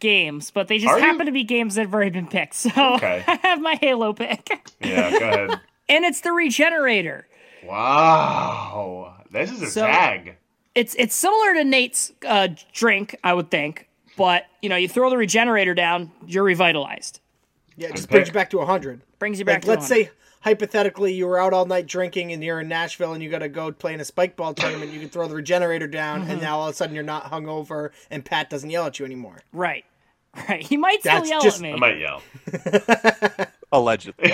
Speaker 2: games, but they just
Speaker 1: Are you?
Speaker 2: happen to be games that have already been picked. So
Speaker 1: Okay.
Speaker 2: I have my Halo pick.
Speaker 1: Yeah, go ahead.
Speaker 2: and it's the regenerator.
Speaker 1: Wow. This is a
Speaker 2: So-
Speaker 1: tag.
Speaker 2: It's it's similar to Nate's uh, drink, I would think, but you know, you throw the regenerator down, you're revitalized.
Speaker 4: Yeah, it just
Speaker 1: bet-
Speaker 4: brings you back to 100.
Speaker 2: Brings you back
Speaker 4: Like,
Speaker 2: to
Speaker 4: let's
Speaker 2: 100.
Speaker 4: say, hypothetically, you were out all night drinking and you're in Nashville and you got to go play in a spike ball tournament. You can throw the regenerator down
Speaker 2: Mm-hmm.
Speaker 4: and now all of a sudden you're not hungover and Pat doesn't yell at you anymore.
Speaker 2: right. Right. He might still
Speaker 4: That's
Speaker 2: yell
Speaker 4: just-
Speaker 2: at me.
Speaker 1: I might yell.
Speaker 3: Allegedly.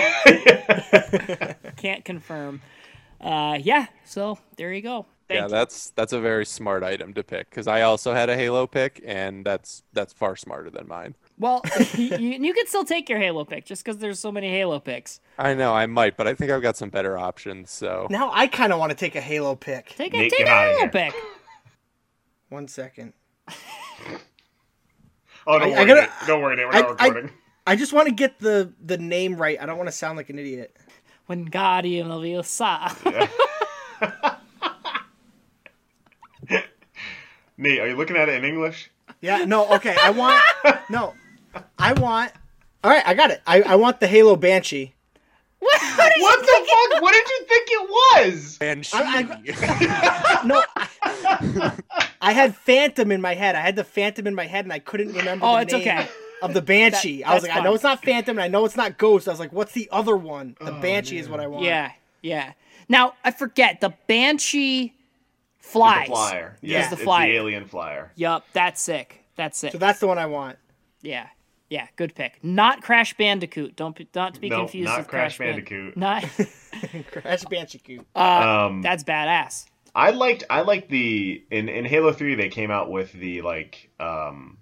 Speaker 2: Can't confirm. Uh, yeah, so there you go. Thank
Speaker 3: yeah, that's that's a very smart item to pick because I also had a Halo pick, and that's that's far smarter than mine.
Speaker 2: Well, you, you can still take your Halo pick just because there's so many Halo picks.
Speaker 3: I know I might, but I think I've got some better options. So
Speaker 4: Now I kind of want to take a Halo pick.
Speaker 2: Take a,
Speaker 1: Nick,
Speaker 2: take a
Speaker 1: get outta
Speaker 2: Halo
Speaker 1: here.
Speaker 2: pick.
Speaker 4: One second.
Speaker 1: Oh, don't
Speaker 4: I- I
Speaker 1: worry.
Speaker 4: gotta-
Speaker 1: Nate. don't worry, Nate. We're
Speaker 4: I-
Speaker 1: not
Speaker 4: I-
Speaker 1: recording.
Speaker 4: I just want to get the the name right. I don't want to sound like an idiot.
Speaker 2: When God even Leviosa.
Speaker 1: Nate, are you looking at it in English?
Speaker 4: Yeah, no, okay. I want no. I want All right, I got it. I, I want the Halo Banshee.
Speaker 2: what? what are
Speaker 1: What the fuck? What did you think it was?
Speaker 3: and she,
Speaker 4: I- No. I- I had Phantom in my head. I had the Phantom in my head and I couldn't remember
Speaker 2: Oh,
Speaker 4: the
Speaker 2: it's
Speaker 4: name
Speaker 2: okay.
Speaker 4: of the Banshee. I was
Speaker 2: that's
Speaker 4: like, I
Speaker 2: fine.
Speaker 4: know it's not Phantom and I know it's not Ghost. I was like, what's the other one? The Banshee is what I want.
Speaker 2: Yeah, yeah. Now I forget the Banshee flies.
Speaker 1: The flyer.
Speaker 2: He's
Speaker 1: Yeah,
Speaker 2: the
Speaker 1: it's the
Speaker 2: flyer.
Speaker 1: alien flyer.
Speaker 2: Yup, that's sick. That's sick.
Speaker 4: So that's the one I want.
Speaker 2: yeah, yeah. Good pick. Not Crash Bandicoot. Don't be, not be
Speaker 1: No,
Speaker 2: confused
Speaker 1: not
Speaker 2: with
Speaker 1: Crash
Speaker 2: Crash, Band-
Speaker 1: Bandicoot.
Speaker 2: Not
Speaker 4: Crash Banshee cute.
Speaker 1: Um,
Speaker 2: that's badass.
Speaker 1: I liked I liked the in in Halo 3 they came out with the like um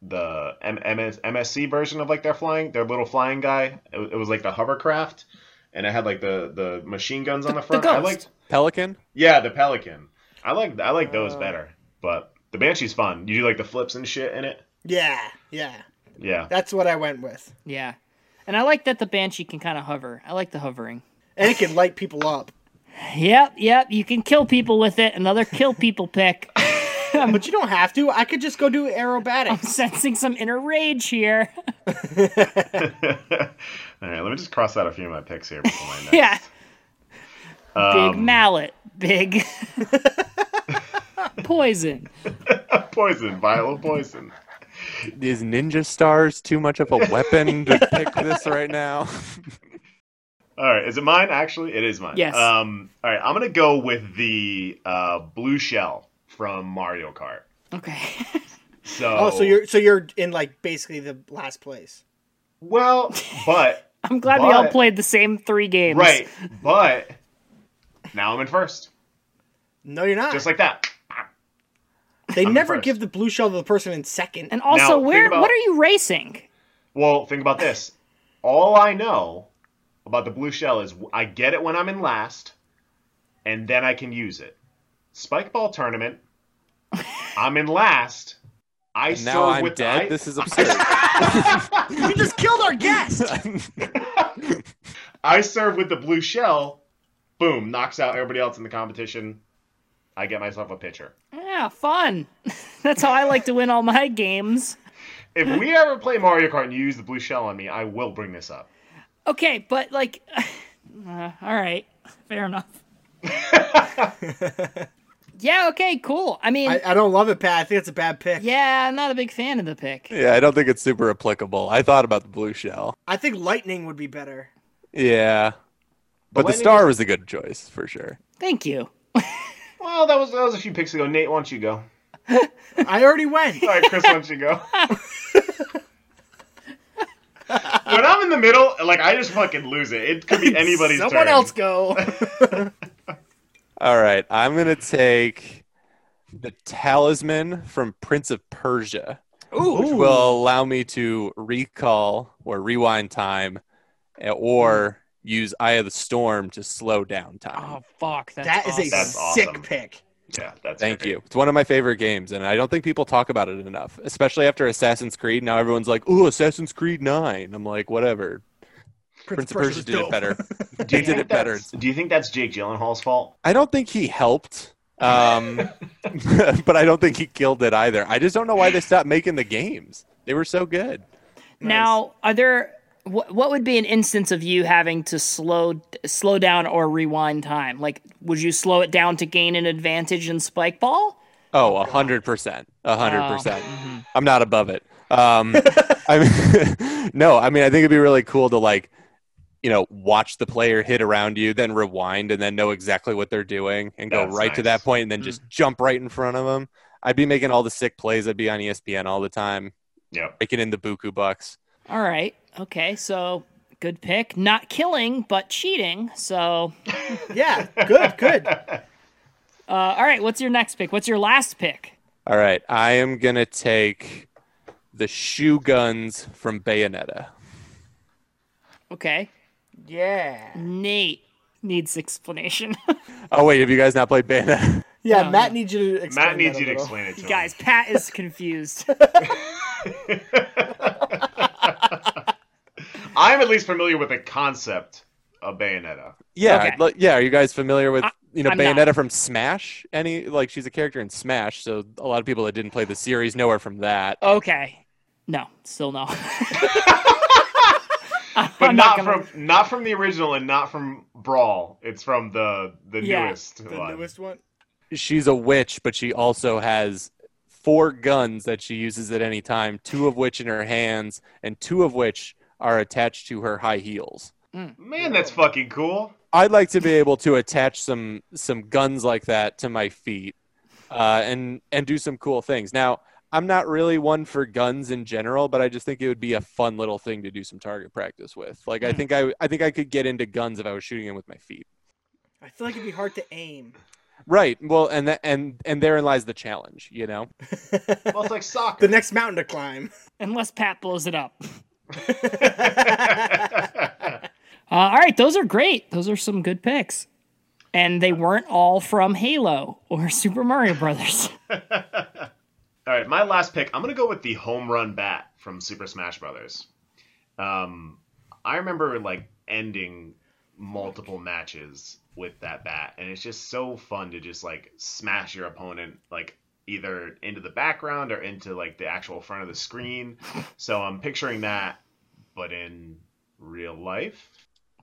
Speaker 1: the M- MS- MSC version of like their flying their little flying guy. It, wa- it was like the hovercraft and it had like the the machine guns on the front. I
Speaker 2: Ghost.
Speaker 1: liked
Speaker 3: Pelican.
Speaker 1: yeah, the Pelican. I like I like those better. But the Banshee's fun. You do like the flips and shit in it.
Speaker 4: Yeah. Yeah.
Speaker 1: Yeah.
Speaker 4: That's what I went with.
Speaker 2: Yeah, and I like that the Banshee can kind of hover. I like the hovering.
Speaker 4: And it can light people up.
Speaker 2: Yep, yep. You can kill people with it. Another kill people pick.
Speaker 4: But you don't have to. I could just go do aerobatics.
Speaker 2: Sensing some inner rage here.
Speaker 1: All right, let me just cross out a few of my picks here before my next.
Speaker 2: yeah. big
Speaker 1: Um,
Speaker 2: mallet. Big poison.
Speaker 1: Poison, vile poison.
Speaker 3: Is Ninja Stars too much of a weapon to pick this right now?
Speaker 1: All right, is it mine? Actually, it is mine.
Speaker 2: Yes.
Speaker 1: Um. All right, I'm gonna go with the uh, blue shell from Mario Kart.
Speaker 2: Okay.
Speaker 1: So.
Speaker 4: Oh, so you're so you're in like basically the last place.
Speaker 1: well, but
Speaker 2: I'm glad we all
Speaker 1: But-
Speaker 2: played the same three games.
Speaker 1: right, but now I'm in first,
Speaker 4: No, you're not.
Speaker 1: just like that.
Speaker 4: they
Speaker 1: I'm
Speaker 4: never
Speaker 1: first.
Speaker 4: give the blue shell to the person in second.
Speaker 2: And also,
Speaker 1: Now,
Speaker 2: where
Speaker 1: think about-
Speaker 2: what are you racing?
Speaker 1: Well, think about this. All I know about the blue shell is I get it when I'm in last, and then I can use it. Spike ball tournament. I'm in last. I
Speaker 3: And now
Speaker 1: serve
Speaker 3: I'm
Speaker 1: with the-
Speaker 3: dead.
Speaker 1: I-
Speaker 3: This is absurd.
Speaker 4: you just killed our guest.
Speaker 1: I serve with the blue shell. Boom, knocks out everybody else in the competition. I get myself a pitcher.
Speaker 2: Yeah, fun. That's how I like to win all my games.
Speaker 1: If we ever play Mario Kart and you use the blue shell on me, I will bring this up.
Speaker 2: Okay, but like, uh, all right, fair enough. yeah. Okay. Cool. I mean,
Speaker 4: I, I don't love it, Pat. I think it's a bad pick.
Speaker 2: yeah, I'm not a big fan of the pick.
Speaker 3: yeah, I don't think it's super applicable. I thought about the blue shell.
Speaker 4: I think lightning would be better.
Speaker 3: Yeah, but the
Speaker 1: lightning
Speaker 3: star was a good choice for sure.
Speaker 2: Thank you.
Speaker 1: Well, that was that was a few picks ago. Nate, why don't you go?
Speaker 4: I already went.
Speaker 1: All right, Chris, why don't you go? when I'm in the middle, like I just fucking lose it. It could be anybody's
Speaker 4: Someone
Speaker 1: turn.
Speaker 4: else go.
Speaker 3: All right, I'm gonna take the talisman from Prince of Persia, which will allow me to recall or rewind time, eh, or use Eye of the Storm to slow down time.
Speaker 2: Oh fuck. That's
Speaker 4: that is a
Speaker 1: That's
Speaker 4: sick
Speaker 1: awesome.
Speaker 4: pick.
Speaker 1: Yeah, that's
Speaker 3: Thank
Speaker 1: great.
Speaker 3: you. It's one of my favorite games, and I don't think people talk about it enough, especially after Assassin's Creed. Now everyone's like, "Ooh, Assassin's Creed 9. I'm like, "Whatever." Prince, of Persia
Speaker 4: was
Speaker 3: did it
Speaker 4: dope.
Speaker 3: better.
Speaker 1: Do you
Speaker 3: He did
Speaker 1: think
Speaker 3: it better.
Speaker 1: that's- Do you think that's Jake Gyllenhaal's fault?
Speaker 3: I don't think he helped, um, but I don't think he killed it either. I just don't know why they stopped making the games. They were so good.
Speaker 2: Now, are there what, what would be an instance of you having to slow slow down or rewind time? Like, would you slow it down to gain an advantage in spike ball?
Speaker 3: Oh, a hundred percent, a hundred percent. I'm not above it. Um, I mean, no, I mean, I think it'd be really cool to like, you know, watch the player hit around you, then rewind, and then know exactly what they're doing, and go
Speaker 1: That's
Speaker 3: right to
Speaker 1: nice.
Speaker 3: that point, and then just jump right in front of them. I'd be making all the sick plays. I'd be on E ESPN all the time,
Speaker 1: Yep.
Speaker 3: breaking in the buku bucks.
Speaker 2: All right. Okay. So good pick. Not killing, but cheating. So,
Speaker 4: Yeah, good, good.
Speaker 2: uh, all right. What's your next pick? What's your last pick?
Speaker 3: All right, I am gonna take the shoe guns from Bayonetta.
Speaker 2: Okay.
Speaker 4: Yeah.
Speaker 2: Nate needs explanation.
Speaker 3: Oh wait, have you guys not played Bayonetta?
Speaker 4: Yeah,
Speaker 2: Um,
Speaker 4: Matt needs you to explain
Speaker 1: Matt needs
Speaker 4: that a
Speaker 1: you to
Speaker 4: little.
Speaker 1: explain it to him.
Speaker 2: Guys, Pat is confused.
Speaker 1: I'm at least familiar with the concept of Bayonetta.
Speaker 3: Yeah,
Speaker 2: Okay.
Speaker 3: I'd lo- yeah. Are you guys familiar with
Speaker 2: I-
Speaker 3: you know
Speaker 2: I'm not.
Speaker 3: Bayonetta from Smash? Any like she's a character in Smash, so a lot of people that didn't play the series know her from that.
Speaker 2: Okay. No, still no.
Speaker 1: But
Speaker 2: I'm
Speaker 1: not,
Speaker 2: gonna-
Speaker 1: from not from the original and not from Brawl. It's from the the
Speaker 2: Yeah.
Speaker 1: newest
Speaker 4: The
Speaker 1: one.
Speaker 4: newest one.
Speaker 3: She's a witch, but she also has four guns that she uses at any time, two of which in her hands and two of which are attached to her high heels.
Speaker 1: Man, that's fucking cool.
Speaker 3: I'd like to be able to attach some some guns like that to my feet, uh, and and do some cool things. Now, I'm not really one for guns in general, but I just think it would be a fun little thing to do some target practice with. Like, I
Speaker 2: Hmm.
Speaker 3: think I I think I could get into guns if I was shooting them with my feet.
Speaker 4: I feel like it'd be hard to aim.
Speaker 3: Right. Well, and that and and therein lies the challenge. You know.
Speaker 1: Well, it's like soccer.
Speaker 4: the next mountain to climb.
Speaker 2: Unless Pat blows it up.
Speaker 1: yeah,
Speaker 2: Uh, all right, those are great. Those are some good picks. And they weren't all from Halo or Super Mario Brothers.
Speaker 1: All right, my last pick. I'm gonna go with the home run bat from Super Smash Brothers. Um, I remember like ending multiple matches with that bat, and it's just so fun to just like smash your opponent like either into the background or into like the actual front of the screen. So I'm picturing that, but in real life.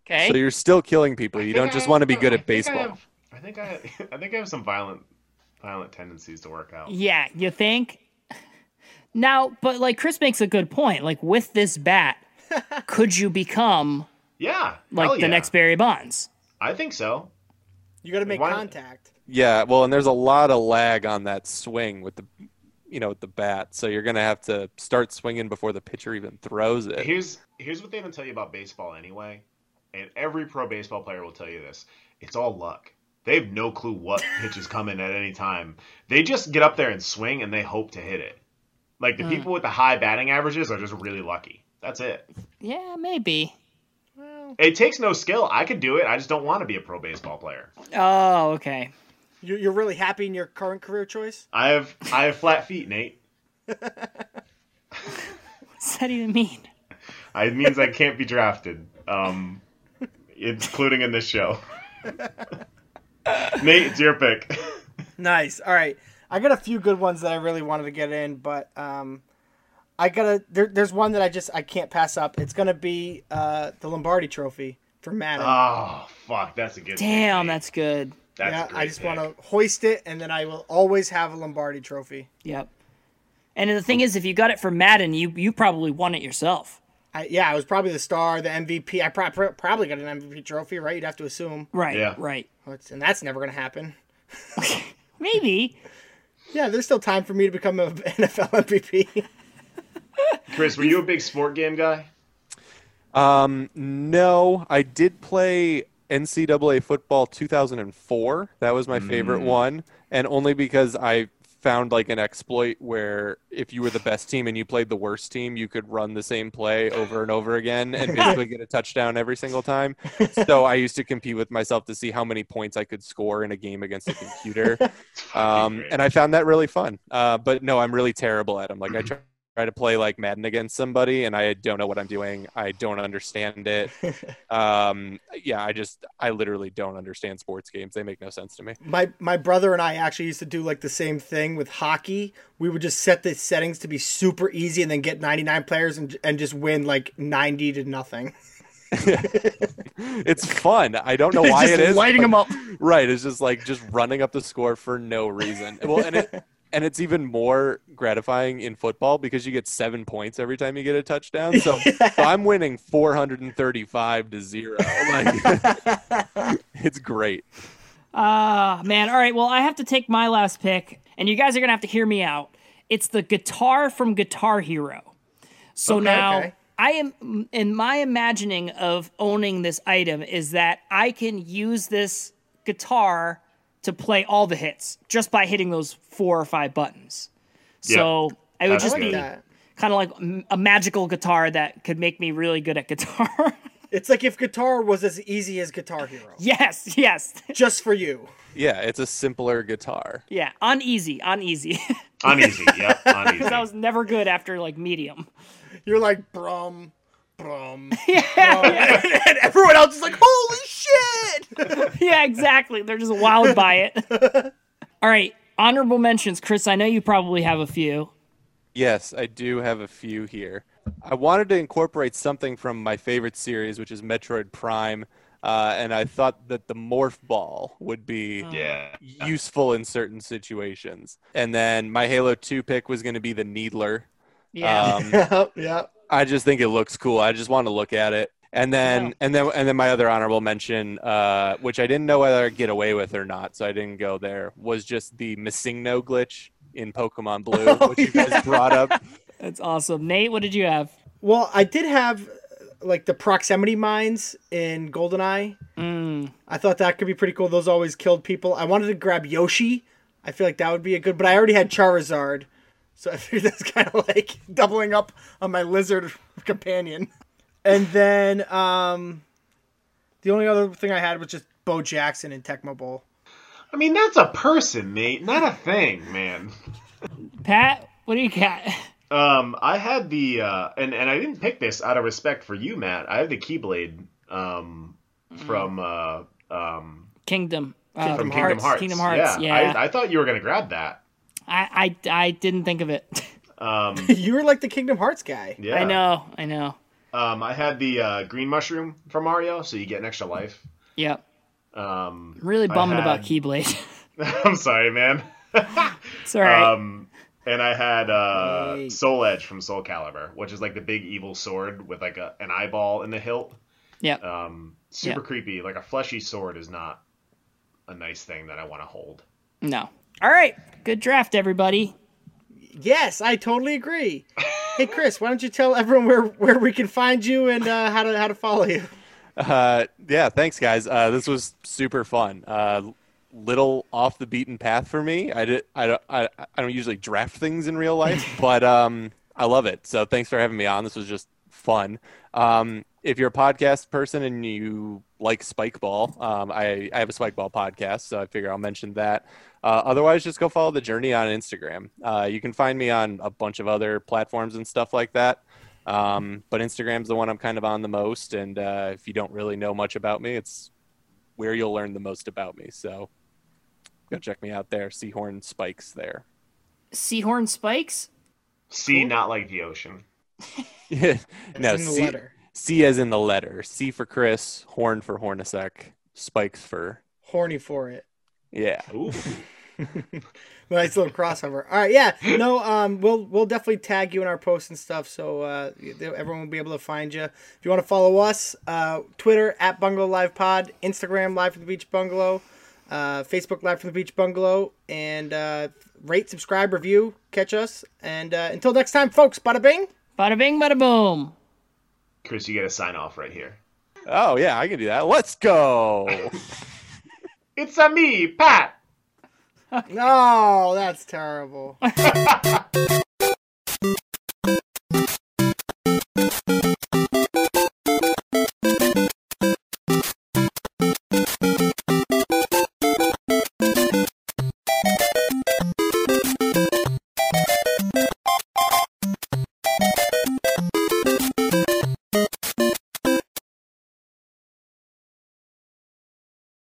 Speaker 2: Okay.
Speaker 3: So you're still killing people. You don't just want to be good at
Speaker 1: I think I
Speaker 3: baseball.
Speaker 1: have- I think I, I think I have some violent, violent tendencies to work out.
Speaker 2: yeah, you think? Now, but like Chris makes a good point. Like with this bat, could you become
Speaker 1: Yeah,
Speaker 2: like
Speaker 1: hell
Speaker 2: the
Speaker 1: yeah.
Speaker 2: next Barry Bonds?
Speaker 1: I think so.
Speaker 4: You got to make
Speaker 1: Why-
Speaker 4: contact.
Speaker 3: Yeah, well, and there's a lot of lag on that swing with the, you know, with the bat. So you're gonna have to start swinging before the pitcher even throws it.
Speaker 1: Here's here's what they don't tell you about baseball anyway, and every pro baseball player will tell you this. It's all luck. They have no clue what pitch is coming at any time. They just get up there and swing, and they hope to hit it. Like the people with the high batting averages are just really lucky. That's it.
Speaker 2: Yeah, maybe.
Speaker 1: It takes no skill. I could do it. I just don't want to be a pro baseball player.
Speaker 2: Oh, okay.
Speaker 4: You- You're really happy in your current career choice?
Speaker 1: I have I have flat feet, Nate.
Speaker 2: What's that even mean?
Speaker 1: It means I can't be drafted, um, including in this show. Nate, it's your pick.
Speaker 4: Nice. All right. I got a few good ones that I really wanted to get in, but um, I gotta. There, there's one that I just I can't pass up. It's gonna be uh, the Lombardi Trophy for Madden.
Speaker 1: Oh fuck, that's a good. pick,
Speaker 2: Damn,
Speaker 1: Nate.
Speaker 2: that's good.
Speaker 1: that's
Speaker 4: yeah,
Speaker 1: a great
Speaker 4: I just
Speaker 1: pick.
Speaker 4: want to hoist it, and then I will always have a Lombardi Trophy.
Speaker 2: Yep. And the thing is, if you got it from Madden, you you probably won it yourself.
Speaker 4: I, yeah, I was probably the star, the MVP. I pro- pro- probably got an MVP trophy, right? You'd have to assume,
Speaker 2: Right.
Speaker 1: Yeah.
Speaker 2: Right.
Speaker 4: What's- and that's never gonna happen.
Speaker 2: Maybe.
Speaker 4: Yeah, there's still time for me to become an NFL MVP.
Speaker 1: Chris, were you a big sport game guy?
Speaker 3: Um, no, I did play NCAA football 2004. That was my favorite one, and only because I found like an exploit where if you were the best team and you played the worst team, you could run the same play over and over again and basically get a touchdown every single time. So I used to compete with myself to see how many points I could score in a game against a computer.
Speaker 1: It's fucking
Speaker 3: Um,
Speaker 1: great.
Speaker 3: and I found that really fun. Uh, but no, I'm really terrible at them. Like I try try to play like Madden against somebody, and I don't know what I'm doing. I don't understand it. um, yeah, I just I literally don't understand sports games. They make no sense to me.
Speaker 4: my my brother and I actually used to do like the same thing with hockey. We would just set the settings to be super easy and then get 99 players and and just win like 90 to nothing.
Speaker 3: It's fun. I don't know why
Speaker 2: just
Speaker 3: it is.
Speaker 2: lighting
Speaker 3: but-
Speaker 2: them up.
Speaker 3: Right. It's just like just running up the score for no reason. Well, and it and it's even more gratifying in football because you get seven points every time you get a touchdown. So, so I'm winning 435 to zero. Like, it's great.
Speaker 2: Ah, man. All right. Well, I have to take my last pick, and you guys are going to have to hear me out. It's the guitar from Guitar Hero. So
Speaker 4: Okay,
Speaker 2: now
Speaker 4: okay.
Speaker 2: I am, in my imagining of owning this item, is that I can use this guitar to play all the hits just by hitting those four or five buttons. So I would
Speaker 1: That's
Speaker 2: just
Speaker 4: Like
Speaker 2: be
Speaker 1: good.
Speaker 4: that.
Speaker 2: kind of like m- a magical guitar that could make me really good at guitar.
Speaker 4: It's like if guitar was as easy as Guitar Hero,
Speaker 2: yes, yes.
Speaker 4: just for you.
Speaker 3: Yeah, it's a simpler guitar.
Speaker 2: Yeah, uneasy, uneasy.
Speaker 1: Uneasy. Yeah, uneasy.
Speaker 2: I was never good after like medium.
Speaker 4: You're like brum, brum, brum. And, and everyone else is like, holy shit!
Speaker 2: yeah, exactly. They're just wowed by it. All right, honorable mentions, Chris. I know you probably have a few.
Speaker 3: Yes, I do have a few here. I wanted to incorporate something from my favorite series, which is Metroid Prime, uh, and I thought that the Morph Ball would
Speaker 1: Oh.
Speaker 3: be
Speaker 1: yeah.
Speaker 3: useful in certain situations. And then my Halo 2 pick was going to be the Needler.
Speaker 2: Yeah,
Speaker 3: Um,
Speaker 4: yeah, yeah.
Speaker 3: I just think it looks cool. I just want to look at it. And then,
Speaker 2: Yeah.
Speaker 3: and then, and then, my other honorable mention, uh, which I didn't know whether I'd get away with or not, so I didn't go there, was just the Missingno glitch in Pokemon Blue,
Speaker 2: Oh,
Speaker 3: which you guys brought up.
Speaker 2: that's awesome. Nate, what did you have?
Speaker 4: Well, I did have like the proximity mines in GoldenEye.
Speaker 2: Mm,
Speaker 4: I thought that could be pretty cool. Those always killed people. I wanted to grab Yoshi. I feel like that would be a good, but I already had Charizard, so I figured that's kind of like doubling up on my lizard companion. And then um, the only other thing I had was just Bo Jackson in Tecmo Bowl.
Speaker 1: I mean, that's a person, Nate, not a thing, man.
Speaker 2: Pat, what do you got?
Speaker 1: Um, I had the uh, and and I didn't pick this out of respect for you, Matt. I have the Keyblade um, from uh, um,
Speaker 2: Mm-hmm. Kingdom. Uh,
Speaker 1: from Kingdom Hearts.
Speaker 2: Kingdom Hearts. Yeah,
Speaker 1: I, I thought you were gonna grab that.
Speaker 2: I, I, I didn't think of it.
Speaker 1: Um,
Speaker 4: you were like the Kingdom Hearts guy.
Speaker 1: yeah,
Speaker 2: I know. I know.
Speaker 1: Um, I had the uh, green mushroom from Mario, so you get an extra life.
Speaker 2: Yep.
Speaker 1: Um,
Speaker 2: I'm really
Speaker 1: I
Speaker 2: bummed about
Speaker 1: had-
Speaker 2: Keyblade.
Speaker 1: I'm sorry, man.
Speaker 2: it's all right.
Speaker 1: Um, and I had uh,
Speaker 4: Hey.
Speaker 1: Soul Edge from Soul Calibur, which is like the big evil sword with like a, an eyeball in the hilt.
Speaker 2: yep.
Speaker 1: Um, super
Speaker 2: Yeah.
Speaker 1: creepy. Like a fleshy sword is not a nice thing that I want to hold.
Speaker 2: no. All right. Good draft, everybody.
Speaker 4: Yes, I totally agree. hey Chris, why don't you tell everyone where where we can find you and uh, how to how to follow you?
Speaker 3: Uh, yeah, thanks, guys. Uh, this was super fun. Uh, little off the beaten path for me. I did. I don't. I, I don't usually draft things in real life, but um, I love it. So thanks for having me on. This was just fun. Um, if you're a podcast person and you like Spikeball, um, I I have a Spikeball podcast, so I figure I'll mention that. Uh, otherwise, just go follow the journey on Instagram. Uh, you can find me on a bunch of other platforms and stuff like that. Um, but Instagram's the one I'm kind of on the most. And uh, if you don't really know much about me, it's where you'll learn the most about me. So go check me out there. Seahorn Spikes there.
Speaker 2: Seahorn Spikes.
Speaker 1: Sea, not like the ocean.
Speaker 3: no,
Speaker 4: It's in the
Speaker 3: C,
Speaker 4: letter.
Speaker 3: C as in the letter. C for Chris, Horn for Hornacek, Spikes for.
Speaker 4: Horny for it.
Speaker 3: Yeah.
Speaker 1: Ooh.
Speaker 4: nice little crossover. All right, yeah. No, um, we'll we'll definitely tag you in our posts and stuff, so uh, everyone will be able to find you. If you want to follow us, uh, Twitter at Bungalow Live Pod, Instagram Live from the Beach Bungalow, uh, Facebook Live from the Beach Bungalow, and uh, rate, subscribe, review, catch us, and uh, until next time, folks. Bada bing.
Speaker 2: Bada bing, bada boom.
Speaker 1: Chris, you get a sign off right here.
Speaker 3: Oh, yeah, I can do that. Let's go.
Speaker 1: It's a me, Pat.
Speaker 4: Oh, No, that's terrible.